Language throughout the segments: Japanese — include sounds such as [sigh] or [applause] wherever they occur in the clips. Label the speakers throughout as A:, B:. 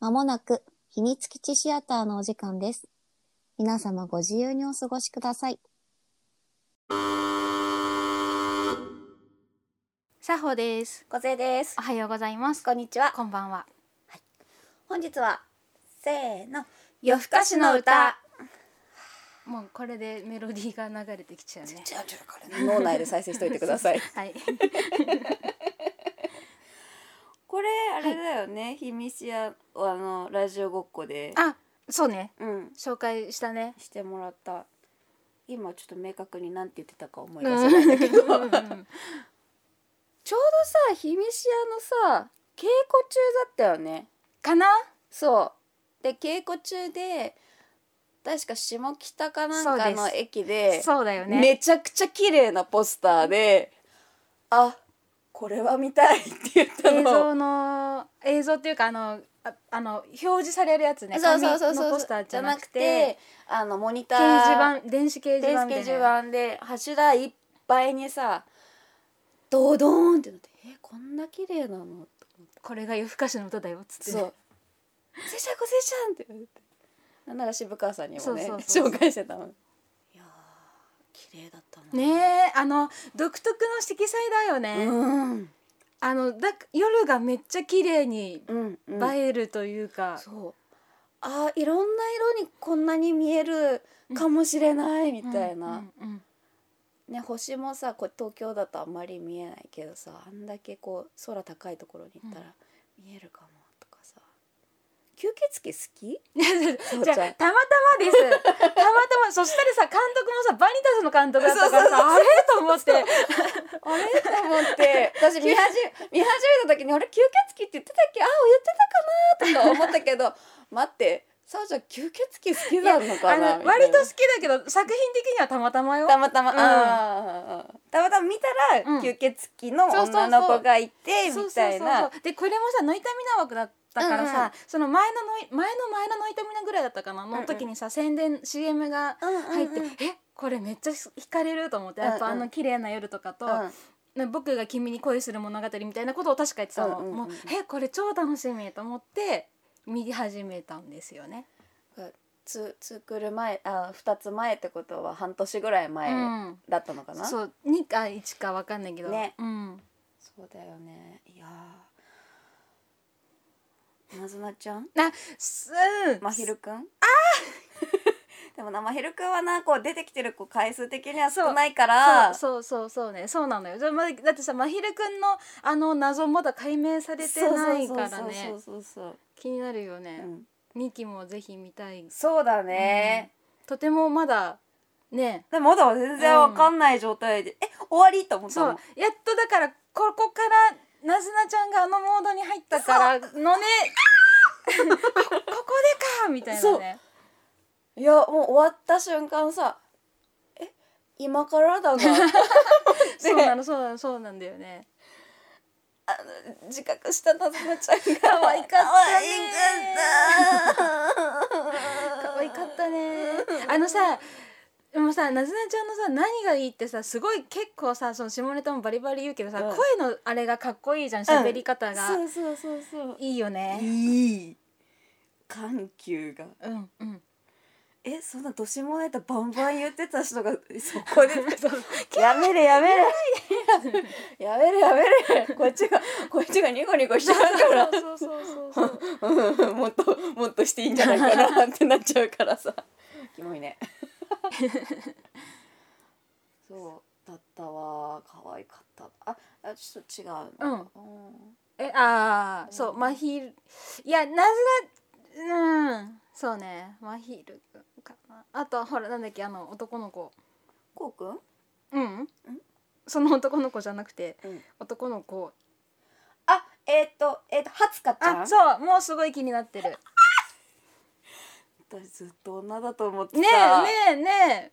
A: まもなく秘密基地シアターのお時間です。皆様ご自由にお過ごしください。
B: さほです。
C: 小勢です
B: お。はようございます。
C: こんにちは。
B: こんばんは。
C: 本日はせーの
B: 夜
C: 更かしの歌。
B: もうこれでメロディーが流れてきちゃうね。
C: ちょちょこれ脳内で再生しといてくだ
A: [laughs]
C: さい。
B: はい。
C: [laughs] これあれだよね。秘密やあのラジオごっこで
B: あ、そうね。
C: うん
B: 紹介したね。
C: してもらった。今ちょっと明確に何て言ってたか思い
B: うん
C: 出
B: う
C: せ
B: ん
C: ない
A: [laughs]
C: んだ [laughs] けど。ちょう
B: う
C: ど
B: ん
C: さ秘密屋のさ稽古中だったよね。
B: かな？
C: そう。で稽古中で確か下北かなんか
B: そう
C: の
B: です
C: 駅で。
B: そうだよね。
C: めちゃくちゃ綺麗なポスターであこれは見たいって言った
B: 映
C: の
B: 像の映像っていうかあのああの表示されるやつね。
C: そうそうそう
B: 紙の
C: そう
B: ポスターじゃなくて
C: あのモニタ
B: 掲
C: ー
B: 示板電子掲示
C: 電子
B: 板
C: 掲
B: で、
C: 示板で柱いっぱいにさドドーンってなってえこんな綺麗なのと思って
B: これが夜更かしの歌だよっつって、
C: そ
B: ね。
C: う「せちゃんこせちゃん」って言われてなんなら渋川さんにもね
B: そうそうそう
C: 紹介してたのいやー綺麗だったな
B: ねえあの独特の色彩だよね。
C: うん
B: あのだ夜がめっちゃ綺麗に
C: うんうん
B: 映えるというか、
C: そうあーいろんな色にこんなに見えるかもしれないみたいな、
B: うんうん
C: ね星もさこう東京だとあんまり見えないけどさあんだけこう空高いところに行ったら見えるかもとかさ吸血鬼好き
B: うんじ
C: そ
B: ゃあたま
C: うちゃん
B: たまですたまたまそしたらさ監督もさバニタスの監督だったからさあれと思って
C: あ
B: [laughs]
C: れと思って私見始め見始めた時に俺吸血鬼って言ってたっけああ言ってたかなとか思ったけど [laughs] 待ってさあちゃん吸血鬼好きなのか
B: あ
C: な
B: の割と好きだけど作品的にはたまたまよ
C: たまたま、
B: うん
C: あーたまたま見た
B: うん
C: ら吸血鬼の
B: そうそうそう
C: 女の子がいて
B: そう
C: み
B: そう
C: た
B: そう
C: い
B: そ
C: な
B: うでこれもさノイタミナ枠だったから
C: うんう
B: さ
C: ん、
B: その前のノイ前の前のノイタミナぐらいだったかな
C: うん
B: の時にさ、宣伝 CM が入
C: 入
B: って、えこれめっちゃ惹かれると思って、やっぱあの綺麗な夜とかと、ね僕が君に恋する物語みたいなことを確か言ってたの、
C: うんうんうん
B: もうえこれ超楽しみと思って見始めたんですよね。
C: つ作る前あ2つ前ってことは半年ぐらい前
B: うん、
C: だったのかな、そう
B: そう2か1か分かんないけど、
C: ね
B: うん、
C: だよねいやーなずなちゃん
B: すうん
C: まひるくんあ [laughs] でもなまひるくんはなこう出てきてる子回数的には少ないから
B: そうそうそうそうねそうなのよじゃあまだってさまひるくんのあの謎まだ解明されてないからね
C: そうそうそう
B: 気になるよ
C: そう、う
B: ね、
C: ん、
B: 二2期もぜひ見たい
C: そうだね、
B: とてもまだね
C: でもまだ全然わかんない状態で、え終わりと思った
B: そう
C: の
B: やっとだからここからなずなちゃんがあのモードに入ったからのね [laughs] ここでかみたいなね
C: いやもう終わった瞬間さえ今から [laughs] だな
B: そうなのそうなのそうなんだよね
C: 自覚したなずなちゃんが
B: 可愛かったね可
C: [laughs] 可
B: 愛
C: 愛かった
B: かったねあのさでもさなずなちゃんのさ何がいいってさすごい結構さその下ネタもバリバリ言うけどさ、
C: うん
B: 声のあれがかっこいいじゃん喋り方が、
C: そうそうそうそう
B: いいよね
C: いい緩急が
B: うんうん
C: えそんな年もネタバンバン言ってた人がそこで
B: そう
C: やめれやめれ [laughs] やめれやめれこっちがこっちがニコニコしちゃうから
B: そうそうそうそう
C: うん [laughs] もっともっとしていいんじゃないかなってなっちゃうからさキモい [laughs] ねそうだったわ可愛かったああちょっと違う
B: う
C: う
B: ん
C: ん、
B: えああそう
C: うん
B: まひるいやなずなうんそうねまひるくんかなあとほらなんだっけあの男の子
C: こうくん
B: うん、その男の子じゃなくて、
C: うん
B: 男の子
C: あえっ、とえっ、とはつかちゃん
B: あそうもうすごい気になってる
C: 私ずっと女だと思ってた
B: ねえねえねえ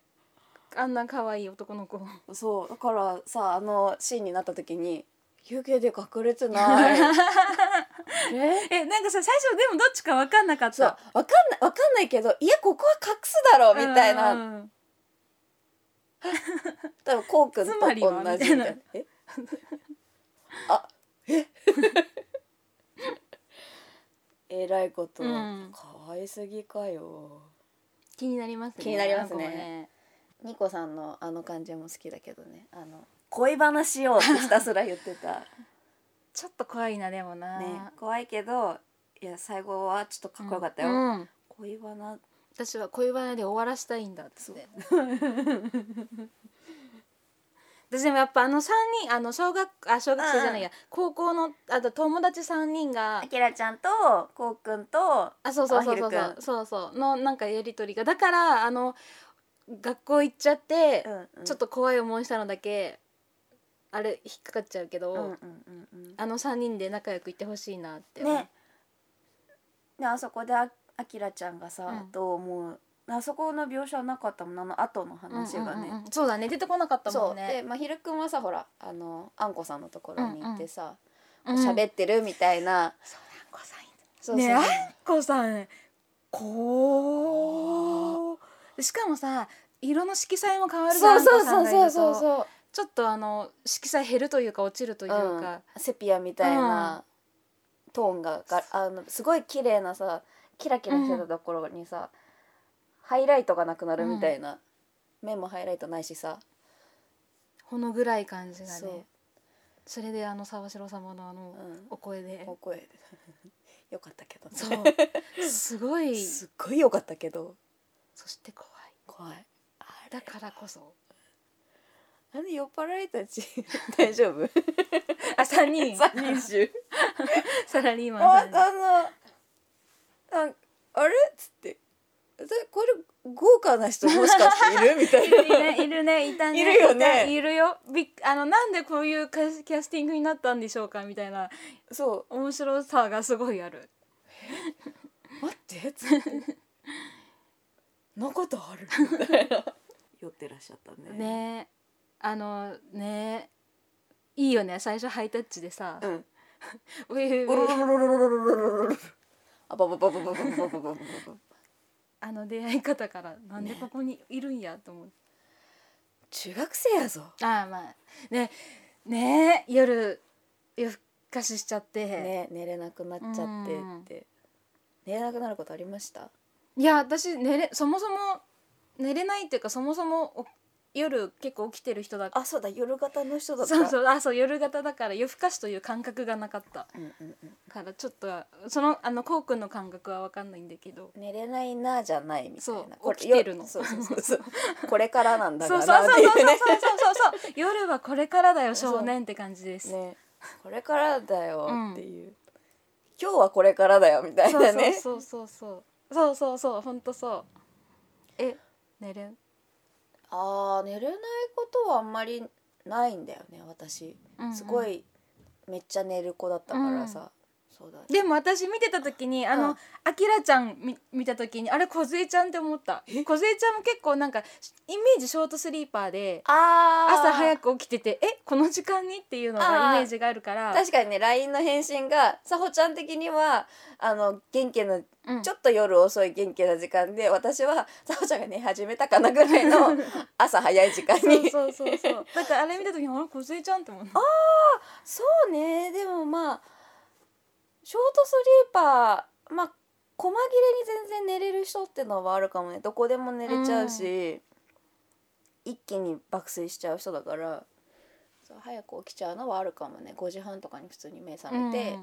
B: あんな可愛い男の子
C: そうだからさあのシーンになった時 [laughs] に休憩で隠れてないえ
B: [laughs] えなんかさ最初でもどっちか分かんなかっ
C: そうわ
B: た
C: かんないわかんないけどいやここは隠すだろうみたいな
B: うん
C: 多分こうくんと同
B: つま
C: じ
B: りは
C: みたいな
B: みたいな。
C: えあえ [laughs] えらいこと、
B: うん
C: かわいすぎかよ
B: 気になりますね
C: 気になりますね
B: あの子も
C: ニコさんのあの感じも好きだけどねあの恋話をってひたすら言って [laughs] た
B: ちょっと怖いなでもな、
C: ね怖いけどいや最後はちょっとかっこよかったよ、
B: うん
C: 恋バナ
B: 私は恋バナで終わらしたいんだっ
C: そ
B: つっ
C: う
B: て私でもやっぱあの3人あの小学あ小学生じゃないや、高校のあと友達3人が
C: あきらちゃんとこうくんと
B: あそうそうそうそうそ
C: あひる
B: うそうそうのなんかやり取りがだからあの学校行っちゃって、ちょ
C: と
B: っと怖い思いしたのだけあれ引っかかっちゃうけど、
C: うんうんうんうん
B: あの3人で仲良くいってほしいなって思う
C: ねねあそこでああきらちゃんがさ、
B: うん
C: どう思うあそこの描写はなかったもんあの後の話がね、
B: うんうんうんうんそうだね出てこなかった
C: そ
B: も
C: うんで
B: ね
C: まひるくんはさほらあのあんこさんのところに行ってさ
B: うん
C: 喋、ってるみたいな、そうそ
B: ね
C: う
B: えあんこさんこうしかもさ色の色彩も変わるじゃ
C: そうそう
B: んあ
C: そ
B: ん
C: う
B: こ
C: そう
B: さんがいると
C: そうそう
B: ちょっとあの色彩減るというか落ちるというか、
C: うんセピアみたいなトーンががあのすごい綺麗なさキラキラしてたところにさ、ハイライトがなくなるみたいな、目もハイライトないしさ、
B: ほの暗い感じが
C: そう
B: ね、それであの沢城様のあの、
C: うん
B: お声で
C: お声 [laughs] よかったけどね
B: そうすごい
C: [laughs] すっごいよかったけど
B: そして怖い
C: 怖いあれ
B: だからこそ
C: あれ酔っ払いたち [laughs] 大丈夫
B: あ [laughs] 三人
C: [laughs] 三人衆
B: サラリーマ
C: あ
B: ンさ
C: あ
B: ん
C: のああれっつってでこれ豪華な人もしかしているみたい
B: い
C: な
B: る [laughs] ねいるねいたね
C: いるよね
B: いたいるよびっあのなんでこういうカスキャスティングになったんでしょうかみたいな
C: そ
B: 面白さがすごいある
C: う待ってっつってなことあるみたいな酔ってらっしゃったね
B: ねあのねいいよね最初ハイタッチでさ
C: う、ん
B: ウィウィウ
C: おろ
B: ィ
C: ろろろろろろろろろろあばばばばばばばばばば
B: あの出会い方からなんでここにいるんやと思って。
C: 中学生やぞ
B: ああまあねねえ夜夜更かししちゃって、
C: ね寝れなくなっちゃってって寝れなくなることありました
B: いや私寝れそもそも寝れないっていうかそもそもお夜結構起きてる人だか
C: あそうだ夜型の人だ
B: ら
C: った
B: そうそうあそう夜型だから夜更かしという感覚がなかった
C: うんうんうん
B: からちょっとそのあのこうくんの感覚は分かんないんだけど
C: 寝れないなじゃないみたい
B: そ
C: な
B: う
C: これ
B: 起きてるの
C: よそうそうそうそうこれからなんだ
B: そ
C: か
B: うそう
C: ら
B: そう
C: っ
B: そう
C: て
B: そう
C: いうね
B: そうそうそう夜はこれから [laughs] だよ
C: そう
B: 少年って感じです、
C: ねこれからだよ
B: うん
C: っていう、今日はこれからだよみたい
B: そう
C: なね
B: そうそうそうそうそうそうほんとそうえ寝れん
C: あー寝れないことはあんまりないんだよね私
B: うんうん
C: すごいめっちゃ寝る子だったからさ、そうだ
B: でも私見てた時にあ
C: うん
B: のあきらちゃん見見た時にあれ小杖ちゃんって思った小杖ちゃんも結構なんかイメージショートスリーパーで
C: あー
B: 朝早く起きててえこの時間にっていうの
C: あ
B: が
C: ー
B: イメージがあるから
C: 確かにね LINE の返信がさほちゃん的にはあの元気な
B: うん
C: ちょっと夜遅い元気な時間で私はさほちゃんが寝始めたかなぐらい
B: [laughs]
C: の朝早い時間
B: そう
C: に
B: そうそうそうだからあれ見た時にあれ小杖ちゃんって思った
C: そうねでもまあショートスリーパーまあ細切れに全然寝れる人ってのはあるかもねどこでも寝れちゃうし、一気に爆睡しちゃう人だからそう早く起きちゃうのはあるかもね5時半とかに普通に目覚めて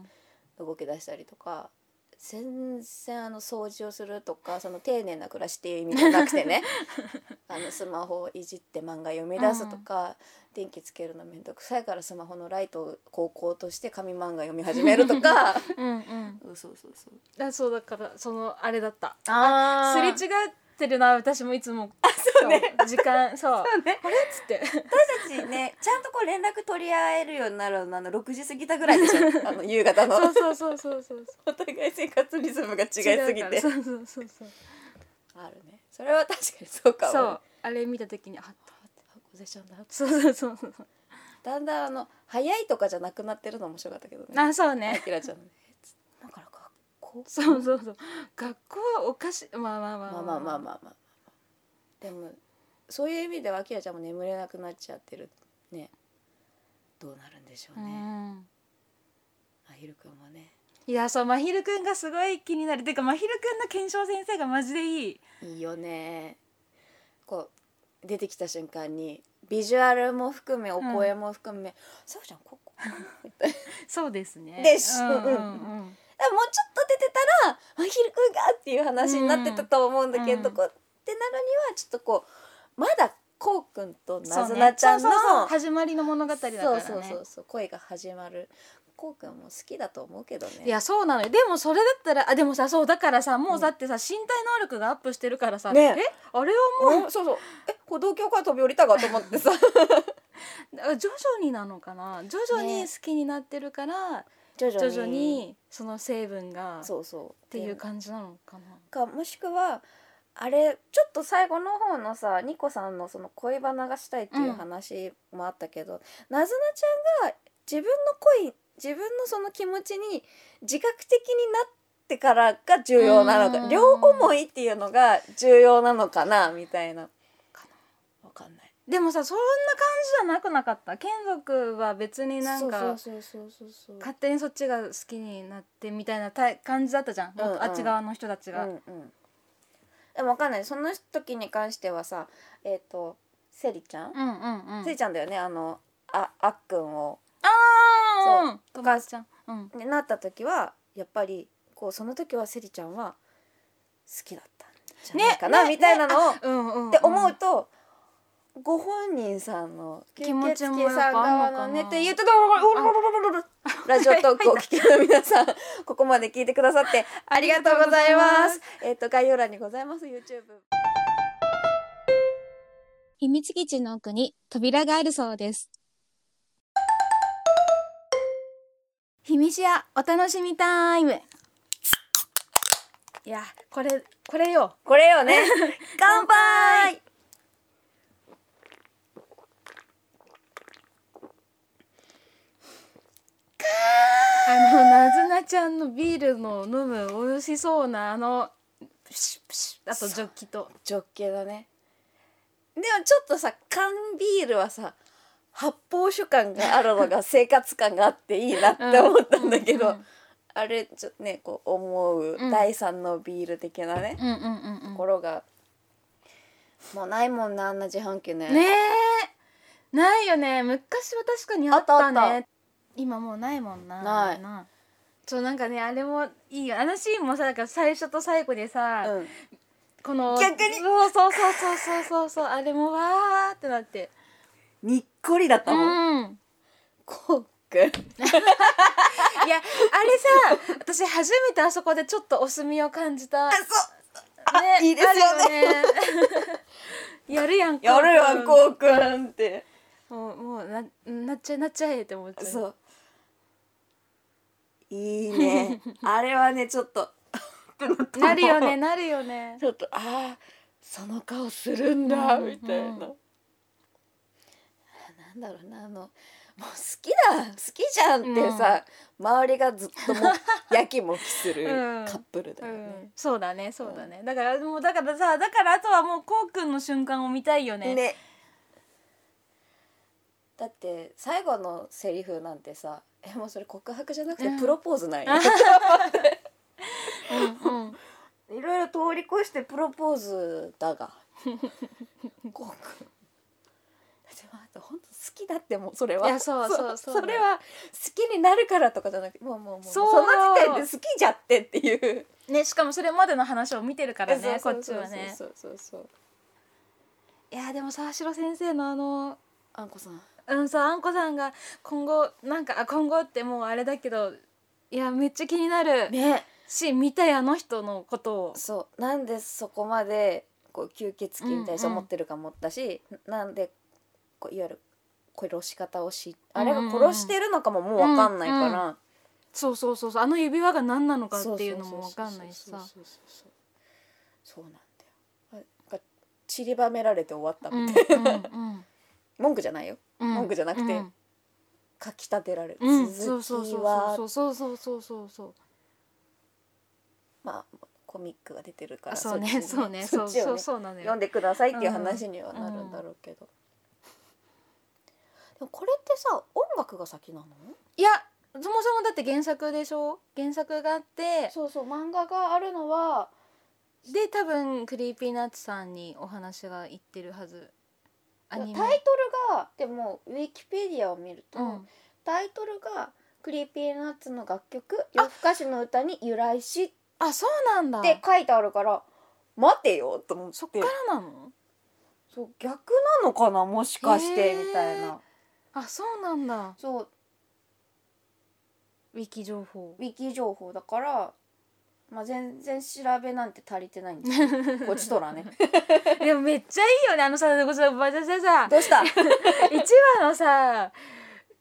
C: 動き出したりとか、全然あの掃除をするとかその丁寧な暮らしっていう意味じゃなくて [laughs] ねあのスマホをいじって漫画読み出すとか、電気つけるのめんどくさいからスマホのライトを高校として紙漫画読み始めるとか
B: うんうん
C: そうそうそうそう
B: うんあそうだからそのあれだった
C: あ
B: すれ違
C: 私
B: ってるな私もいつもそう時
C: [laughs]
B: 間そう
C: うね
B: あれっつって
C: たちねちゃんとこう連絡取り合えるようになるのあの6時過ぎたぐらいでし [laughs] ょあの夕方の
B: そうそうそうそうそう
C: お互い生活リズムが違いすぎ
B: から
C: て
B: そうそうそうそう
C: あるねそれは確かにそうかもね、
B: そうあれ見た時にあ
C: 箱瀬ちゃんだ
B: そうそうそうそう
C: だんだんあの早いとかじゃなくなってるの面白かったけどね。
B: あそう
C: あ
B: ね
C: きらちゃんのね。だから学校。
B: そうそうそう学校はおかしいまあまあま
C: ま
B: あ
C: あまあまあまあまあ。でもそういう意味ではあきらちゃんも眠れなくなっちゃってるね。どうなるんでしょうね。
B: うん
C: あひるくんもね。
B: いやそうまひるくんがすごい気になるてかまひるくんの検証先生がマジでいい
C: いいよねこう出てきた瞬間にビジュアルも含めお声も含め「そうちゃんここ」みたいな
B: そうですね
C: でしょ
B: うんうんうん
C: だからもうちょっと出てたら「まひるくんが」っていう話になってたと思うんだけど、
B: うん
C: こうってなるにはちょっとこうまだこうくんと
B: そ
C: な
B: う
C: ず
B: ね
C: なちゃんの
B: そうそうそう始まりの物語だからね
C: そうそうそうそう恋が始まるこうくんも好きだと思うけどね
B: いやそうなのよでもそれだったらあでもさそうだからさもうだってさ、身体能力がアップしてるからさ、
C: ね
B: えあれはも
C: うんそうそうえ歩道橋から飛び降りたかと思ってさ
B: うだから徐々になのかな徐々に
C: ね
B: 好きになってるから、
C: [laughs] [laughs] 徐々
B: 徐々にその成分がっ
C: そうそうって
B: いう感じなのかな
C: かもしくはあれちょっと最後の方のさニコさんのその恋バナがしたいっていう話もあったけど、なずなちゃんが自分の恋自分のその気持ちに自覚的になってからが重要なの
B: う
C: か
B: ん
C: 両思いっていうのが重要なのかなみたいな。
B: か
C: わかんない。
B: でもさそんな感じじゃなくなかった眷属は別になんか
C: そうそうそうそうそう
B: 勝手にそっちが好きになってみたいなタイ感じだったじゃん、
C: うんうん
B: あっち側の人たちが、
C: うんうん、でもわかんないその時に関してはさえっ、とセリちゃん、
B: うんうんうん
C: セリちゃんだよねあのああっくんを
B: あ
C: そ
B: ー
C: う
B: お母ちゃんうん
C: でなった時はやっぱりこうその時はセリちゃんは好きだったんじゃないかな、
B: ねね
C: みたいなのを、っ
B: うんうんうん
C: て思うと、ご本人さんの
B: 気持ちも
C: 吸血鬼さん側のね
B: やっぱあんのかな
C: って言うとだからおろろろろろろラジオトークをお聞きの皆さんここまで聞いてくださってありがとうございます。えっと概要欄にございます YouTube。
A: 秘密基地の奥に扉があるそうです。
B: 秘密屋お楽しみタイムいやこれこれよ
C: これよね。乾杯。
B: あのなずなちゃんのビールの飲む美味しそうなあのプシュプシュあとジョッキと
C: ジョッキだね。でもちょっとさ缶ビールはさ発泡酒感があるのが生活感があっていい
B: [laughs]
C: なって思ったんだけど、
B: うんうん
C: あれちょっとねこう思う、
B: うん
C: 第三のビール的なね、
B: うんうんうん
C: ところがもうないもんなあんな自販機ね。
B: ねえないよね昔は確かにあったね
C: あったあっ
B: 今もうないもんな
C: ない
B: そうなんかねあれもいいよあのシーンもさだから最初と最後でさ、
C: うん、
B: この
C: 逆に
B: そうそうそうそうそうそうそうあれもわーってなって
C: にっこりだったもん。
B: うん
C: コック。
B: いやあれさ私初めてあそこでちょっとお墨を感じたね
C: あいいですよね
B: あるよね [laughs] やるやん
C: やるやんコ
B: う
C: ウくんって。
B: もうもうななっちゃえなっちゃえって思っちゃう
C: そう。いい
B: [laughs]
C: ね。あれはねちょっとってなったもん
B: なるよねなるよね
C: [laughs] ちょっとああその顔するんだ
B: うんうんうん
C: みたいな、あなんだろうなあのもう好きだ好きじゃんってさ、周りがずっともうやきもきする
B: [laughs] うん
C: カップルだ
B: う
C: よね、
B: ん、そうだねそうだね、だからもうだからさだからあとはもうこうくんの瞬間を見たいよね
C: ねだって最後のセリフなんてさえもうそれ告白じゃなくて
B: うん
C: プロポーズ
B: [laughs]
C: なんや、
B: うんうん
C: いろいろ通り越してプロポーズだがこうだってまああと本当好きだってもうそれはい
B: やそうそうそう
C: それは好きになるからとかじゃなくてもうもうもう
B: そう
C: の時点で好きじゃってっていう
B: ねしかもそれまでの話を見てるからね
C: そう
B: こっち
C: そうそう
B: はね
C: そうそうそう
B: いやでも沢城先生のあの
C: あんこさん
B: うんさあんこさんが今後なんかあ今後ってもうあれだけどいやめっちゃ気になる
C: ね
B: し見たいあの人のことを
C: そうなんでそこまでこう吸血鬼に対して思ってるかもだし、なんでこういわゆる殺し方をしあれが殺してるのかももう分かんないから、
B: うんうんそうそうそうそうあの指輪が何なのかっていうのも分かんないしさ
C: そうそうそうそうそうそうなんだよあなんか散りばめられて終わった
B: うん
C: み
B: う
C: た
B: ん
C: いな、
B: うん
C: 文句じゃないよ
B: うん
C: 文句じゃなくて
B: うん
C: かきたてられる、
B: うんそう
C: 続
B: そう
C: き
B: そう
C: は
B: そうそうそうそうそうそう
C: まあコミックが出てるから
B: あそうね
C: そ
B: そ
C: っち
B: うね
C: に
B: そ
C: そうっち
B: そ
C: を
B: う
C: ね
B: そうなの
C: 読
B: よ
C: んでくださいっていう話にはなるんだろうけど、でもこれってさ音楽が先なの
B: いやそもそもだって原作でしょ原作があって
C: そうそう漫画があるのは
B: で多分クリーピーナッツさんにお話がいってるはずア
C: タイ
B: ニ
C: トル
B: メ
C: がでもウィキペディアを見ると、
B: うん
C: タイトルが「クリーピーナッツの楽曲夜更かしの歌に由来し」っ
B: あそうなんだ
C: て書いてあるから「待てよ」と思って
B: そっからなの
C: そう逆なのかなもしかして
B: へー
C: みたいな
B: あそうなんだ
C: そう
B: ウィキ情 [laughs] 報
C: ウィキ情報だから、まあ、全然調べなんて足りてないん
B: [laughs]
C: ですよこっちとらね
B: でもめっちゃいいよねあのさ私はさ
C: どう
B: [laughs]
C: した
B: 1話のさ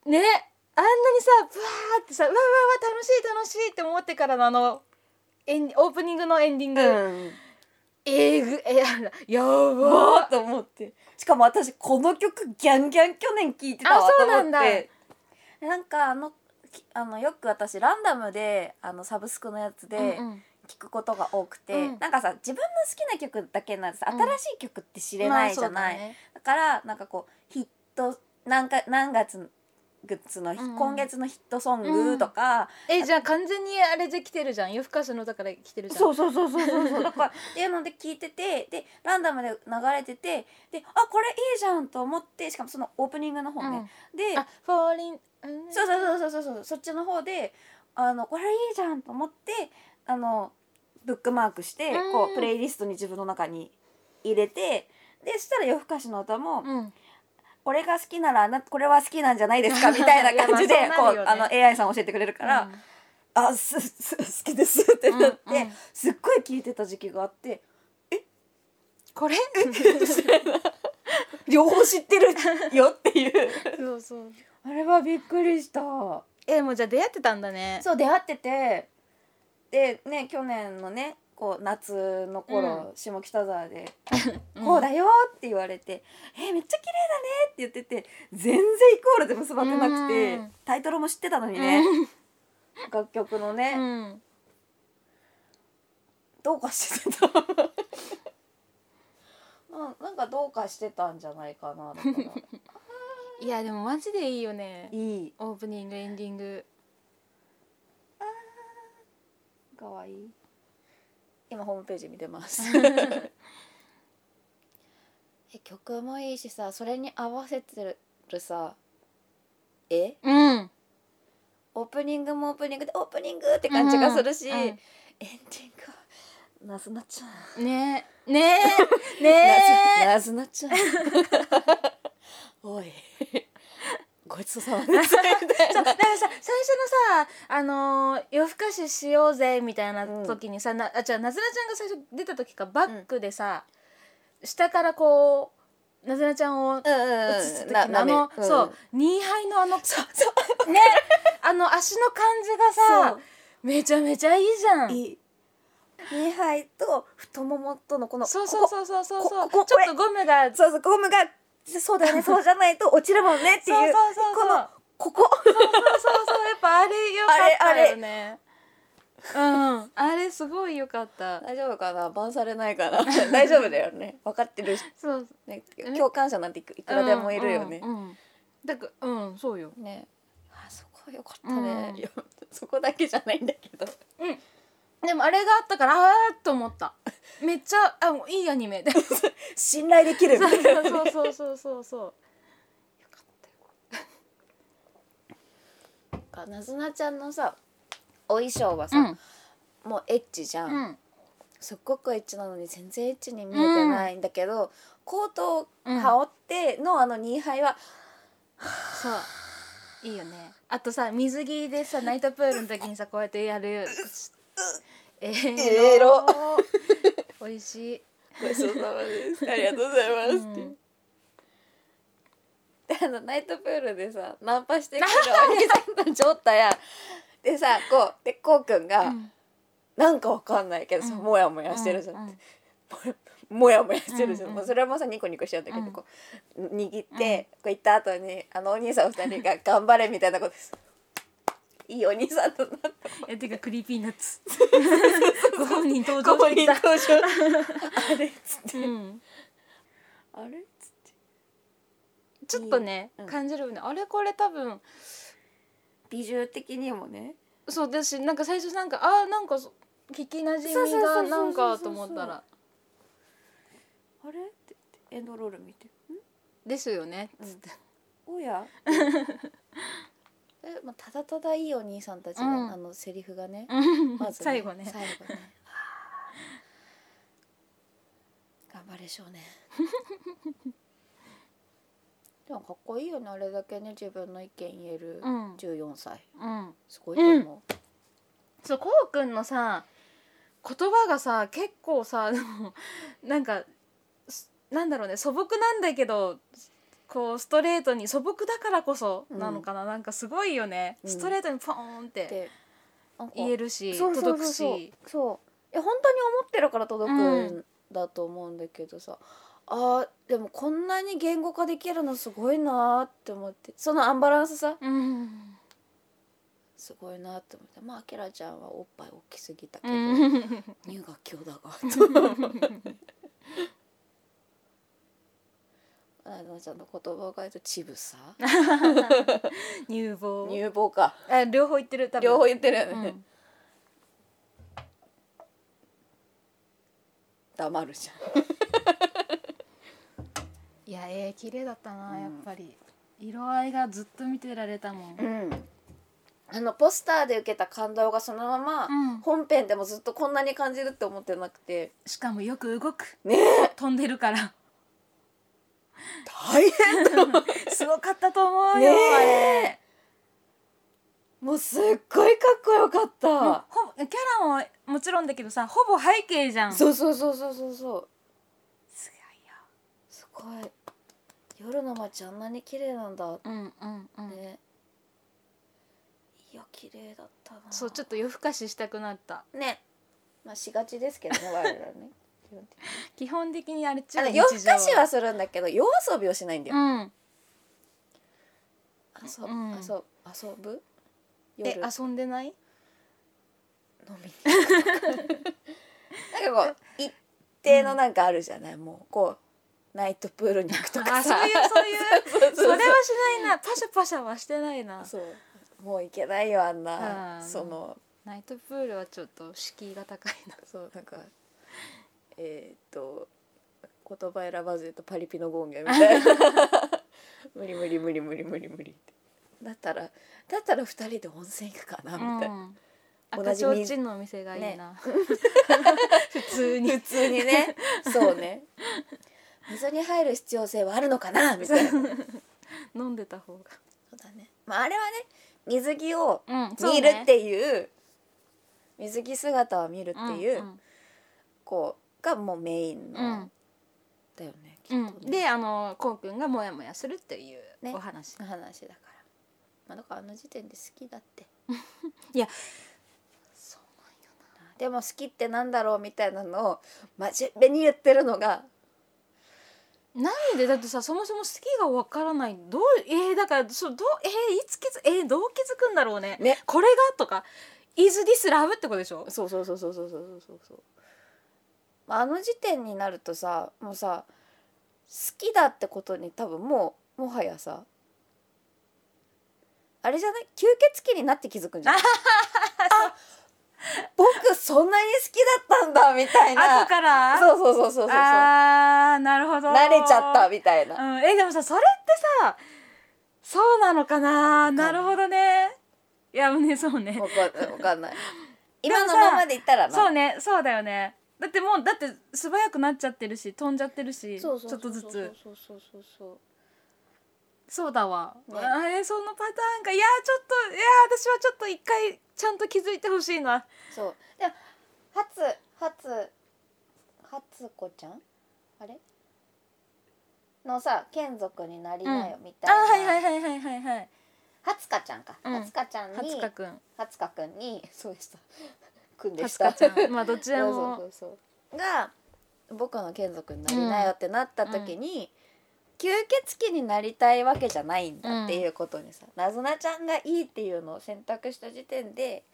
B: ねあんなにさブワーってさうわうわうわ楽しい楽しいって思ってからのあのエンオープニングのエンディング、
C: うん
B: えぐえやば
C: わーと思ってしかも私この曲ギャンギャン去年聴いてたわ
B: あ
C: と
B: そう
C: 思って
B: なんだ
C: なんかあのきあのよく私ランダムであのサブスクのやつで
B: うんうん
C: 聞くことが多くて、
B: うん
C: なんかさ自分の好きな曲だけなんです
B: ん
C: 新しい曲って知れないじゃない、
B: まあそうだ
C: だ
B: ね
C: からなんかこうヒットなんか何月の、
B: んうん
C: 今月のヒットソングとか、
B: えじゃあ完全にあれで来てるじゃん夜更かしの歌から来てるじゃん
C: そうそうそうそうそうそうだからっていうので聞いててでランダムで流れててであこれいいじゃんと思ってしかもそのオープニングの方ね、で
B: うんあフォーリンうん
C: そうそうそうそうそうそうそっちの方であのこれいいじゃんと思ってあのブックマークして、
B: うん
C: こうプレイリストに自分の中に入れてでそしたら夜更かしの歌も、
B: うん
C: これが好きならあなこれは好きなんじゃない
B: [laughs]
C: ですかみたい
B: い
C: な
B: やまあ
C: 感じで
B: そうなる
C: こ
B: よ
C: う
B: ね
C: あの AI さん教えてくれるから「あすす好きです」って
B: うんう
C: なっ
B: ん
C: て、すっごい聞いてた時期があって。 [laughs]
B: これ
C: 両方知ってるよっていう
B: [laughs] [laughs] そうそう
C: あれはびっくりした
B: えもうじゃあ出会ってたんだね
C: そう出会っててでね去年のねこう夏の頃、下北沢で「
B: ん
C: こうだよ」って言われて「えめっちゃ綺麗だね」って言ってて全然イコールで結ばってなくて、
B: うん
C: タイトルも知ってたのにね、楽曲のね、
B: うん
C: どうかしてた [laughs] ななんかどうかしてたんじゃないかなだから
B: いやでもマジでいいよ [laughs] ね
C: いい
B: オープニングエンディング
C: かわいい今ホームページ見てますえ曲もいいしさそれに合わせてるさえ
B: うん
C: オープニングもオープニングでオープニングって感じがするし、
B: うんうん
C: エンディングはなずなちゃん、
B: ねね [laughs] ね
C: なずなずなちゃんおいごちそうさまです
B: そうだからさ最初のさ「あのー夜更かししようぜ」みたいな時にさ、なあじゃあなずなちゃんが最初出た時かバックでさ、下からこうなずなちゃんを映
C: うんうんうん
B: す時のあの、
C: な
B: そ
C: うん
B: うニーハイのあの
C: そうそう
B: ねあの足の感じ
C: そ
B: が
C: う
B: さめちゃめちゃいいじゃん。
C: いい2杯と太ももとのこの
B: そう
C: こ
B: そう
C: こ
B: そうそうそうそ
C: こ
B: う
C: ここ
B: ちょ
C: これ
B: っとゴムが
C: そうそうゴムがそうだよねそうじゃないと落ちるもんねっていう
B: そうそうそうそう
C: このここ
B: そうそうそうやっぱあれ良かったよね。うん、あれすごい良かった。
C: 大丈夫かなバンされないかな [laughs] 大丈夫だよね分かってるし、
B: そう、
C: ね
B: うん、
C: 共感者なんていくいくらでもいるよね、
B: うんうんうんだからうん、そうよ。
C: ねあそこよかったね、
B: うん
C: いや [laughs] そこだけじゃないんだけど
B: でもあれがあったからあーっと思った。 [laughs] めっちゃあもういいアニ [laughs] メで。そう
C: 信頼できるみたいなね
B: そうそうそうそうそう。
C: なんかなずなちゃんのさお衣装はさ、
B: うん
C: もうエッチじゃ
B: うん
C: すっごくエッチなのに全然エッチに見えてないんだけど、コートを羽織ってのあのニーハイは、
B: そう。いいよね。あとさ水着でさナイトプールの時にさこうやってや [laughs] る。
C: え
B: ええ
C: エロ。
B: 美味しい。
C: ごちそうさまですありがとうございます、ってであのナイトプールでさナンパしてくるお兄さんの状態やでさこうでこうくんが、
B: ん
C: なんかわかんないけどさ、もやもやしてるじゃん、
B: うう
C: もやもやしてるじゃん、
B: うんうん
C: もうそれもさニコニコしちゃうんだけど、
B: うん
C: こう握って、こう行った後にあのお兄さんお二人が「頑張れ」みたいなことですいいお兄さんだなって
B: えてかクリーピーナッ [laughs] ツご本人登
C: ここ
B: 場し
C: に
B: てき
C: 登
B: た [laughs]
C: 場あれっつって、
B: うん、
C: あれっつって
B: ちょっとね、
C: うん
B: 感じるよねあれこれ多分
C: ビジュ的にもね
B: そうだしなんか最初なんかあーなんかそ聞きなじみ
C: そうそうそうそうそう
B: がなんかと思ったら
C: あれって言ってエンドロール見てん
B: ですよね
C: う
B: つって、
C: おや [laughs] え、まあ、ただただいいお兄さんたちの、
B: うん
C: あのセリフがね、
B: まずね最後
C: [laughs]
B: ね
C: 最後 [laughs] ね頑張れ少年 [laughs] でもかっこいいよねあれだけね自分の意見言える
B: うん
C: 14歳
B: うん
C: すごいと思う、
B: そうこうくんのさ言葉がさ結構さでもなんかすなんだろうね素朴なんだけどこうストレートに素朴だからこそなのかな、なんかすごいよね、
C: うん
B: ストレートにポーンって
C: でなんか
B: 言えるし
C: そうそうそ
B: 届く
C: うそう
B: し
C: そうえ本当に思ってるから届く
B: うん
C: んだと思うんだけどさ、あーでもこんなに言語化できるのすごいなーって思ってそのアンバランスさ
B: うん
C: すごいなーって思ってまああきらちゃんはおっぱい大きすぎたけ
B: う
C: ど、
B: ん
C: 乳が強だが [laughs] あのちゃんの言葉を変えると「ちぶさ
B: [laughs] 乳」房
C: 乳房か
B: あ両方言ってる多分
C: 両方言ってるよね、
B: うん
C: 黙るじゃん
B: いやえー、綺麗だったな、
C: うん
B: やっぱり色合いがずっと見てられたもん、
C: うん、あのポスターで受けた感動がそのまま、
B: うん
C: 本編でもずっとこんなに感じるって思ってなくて
B: しかもよく動く
C: ね
B: 飛んでるから
C: [laughs] 大変
B: [laughs] すごかったと思う
C: ね
B: よ、
C: えもうすっごいかっこよかっ
B: あれもう
C: た、
B: ほぼキャラももちろんだけどさほぼ背景じゃん
C: そうそうそうそうそうそう
B: すご
C: すごい夜の街あんなに綺麗なんだっ
B: いようんうんう
C: て、
B: ん、
C: ねいや綺麗だったな
B: そうちょっと夜更かししたくなった
C: ねまあしがちですけど
B: [laughs]
C: ね我らね
B: 基本的にあれ
C: あ
B: 中
C: の夜更かしはするんだけど夜遊びをしないんだよ
B: うん
C: 遊ぶ、
B: うん
C: 遊ぶ遊ぶ夜
B: え遊んでない
C: 飲みに行くとかなんかこう一定のなんかあるじゃない、もうこうナイトプールに行くとか
B: あ
C: さ
B: そういうそうい
C: [laughs]
B: う
C: そうそう
B: それはしないなパシャパシャはしてないな
C: そうもう行けないよあんな
B: あー
C: その
B: ナイトプールはちょっと敷居が高いな
C: そうなんかえー、っと言葉選ばず言うとパリピのゴンゲみたいな [laughs] 無理無理無理無理無理無理ってだったらだったら二人で温泉行くかなみたいな、
B: うん、
C: 同
B: 赤
C: じ
B: ちょうちんのお店がいいな、
C: ね
B: [laughs] 普通に
C: 普通にねそうね溝に入る必要性はあるのかなみたいなそう
B: [laughs] 飲んでた方が
C: だねまああれはね水着を
B: うん
C: 見るっていう水着姿を見るっていう、こうがもうメインの、
B: うん
C: だよねきっと
B: うん
C: ね、
B: うん、であのこうくんがモヤモヤするっていう
C: ね
B: お話、
C: 話だからまあだからあの時点で好きだ
B: [laughs]
C: って
B: そう
C: でも好きってなんだろうみたいなのを真面目に言ってるのが
B: なんでだってさそもそも好きがわからないどうえー、だからそうどうえー、いつ気づえー、どう気づくんだろうね
C: ね
B: これがとか「is this love」ってことでしょ
C: そうそうそうそうそうそうそうそうそうまああの時点になるとさもうさ好きだってことに多分もうもはやさあれじゃない吸血鬼になって気づくんじゃないあ僕そんなに好きだったんだみたいな
B: 後から
C: そうそうそうそうそうそう慣
B: あーなるほど
C: れちゃったみたいな
B: うん、えでもさそれってさそうなのかななるほどねいやねそうね
C: わかんないわかんない
B: [laughs] でもさ
C: 今のままでいったらな
B: そうねそうだよねだってもうだって素早くなっちゃってるし飛んじゃってるしち
C: そ
B: ょ
C: うそうそ
B: っ
C: うそ
B: と
C: う
B: ずつ
C: そうそうそうそう
B: そうだわ、
C: ね
B: あれそのパターンかいやちょっといや私はちょっと一回ちゃんと気づいてほしいな
C: そうでも初初初子ちゃんあれのさ眷属になりなよみ
B: あ
C: た
B: ーはい
C: い
B: はい
C: な
B: はいはいはいはい
C: 初香ちゃんか
B: うん
C: 初香ちゃん
B: はつ
C: に
B: かくん
C: 初香くんにそうでした [laughs] くんで
B: は
C: し
B: つ
C: た
B: かちゃんまあどっちで
C: そうそうそ
B: も
C: うそうが僕の眷属になりなよってなった時に、吸血鬼になりたいわけじゃないんだっていうことにさ、なずなちゃんがいいっていうのを選択した時点で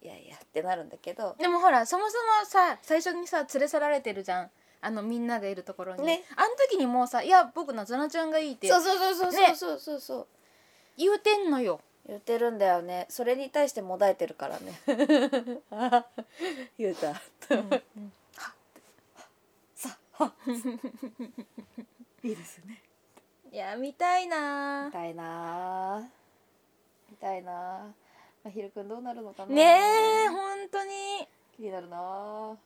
C: いやいやってなるんだけど
B: でもほらそもそもさ最初にさ連れ去られてるじゃんあのみんながいるところに、
C: ね
B: あの時にもうさ「いや僕なずなちゃんがいい」って
C: そうそうそうそうそうそうそうそう、
B: 言うてんのよ
C: 言ってるんだよねそれに対してもだえてるからねあ言うたさあいいです
B: [laughs]
C: ね
B: [laughs] いや見たいな
C: みたいなみたいなまひるくんどうなるのかな
B: ねえ本当に
C: 気になるな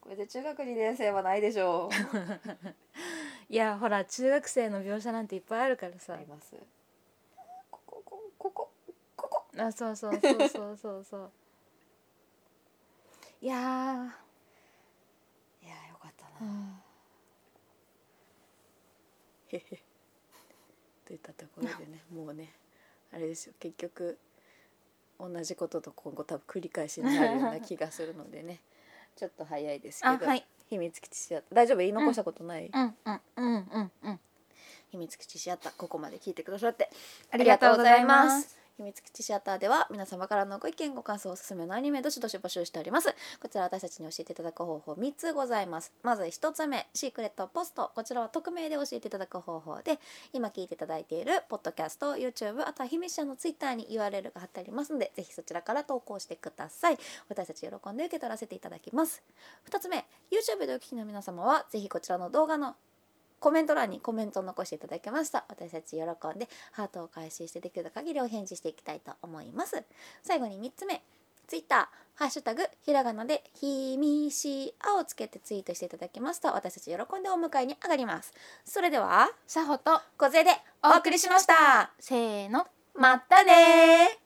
C: これで中学2年生はないでしょう
B: いやほら中学生の描写なんていっぱいあるからさ
C: ありますこここここここ
B: あそうそうそうそうそうそういや
C: いやーよかった
B: [laughs] ー、う
C: な、
B: ん
C: へへといったところで
B: [laughs]
C: ねもうねあれですよ結局同じことと今後多分繰り返しになるような気がするのでねちょっと早いですけ
B: あ
C: ど、
B: はい
C: 秘密基地シアター大丈夫言い残したことない、
B: うんうんうんうんうん
C: 秘密基地シアターここまで聞いてくださってあ
B: りがとうございます
C: 秘密基地シアターでは皆様からのご意見ご感想おすすめのアニメどしどし募集しておりますこちら私たちに教えていただく方法3つございますまず1つ目シークレットポストこちらは匿名で教えていただく方法で今聞いていただいているポッドキャスト YouTube あとは姫社の Twitter に URL が貼ってありますのでぜひそちらから投稿してください私たち喜んで受け取らせていただきます2つ目 YouTube でお聞きの皆様はぜひこちらの動画のコメント欄にコメントを残していただけました私たち喜んでハートを回収してできる限りお返事していきたいと思います最後に3つ目ツイッターハッシュタグひらがなでひみしあをつけてツイートしていただけますと私たち喜んでお迎えに上がりますそれでは
B: さほと
C: 小勢でお送りしました
B: せーの
C: まったねー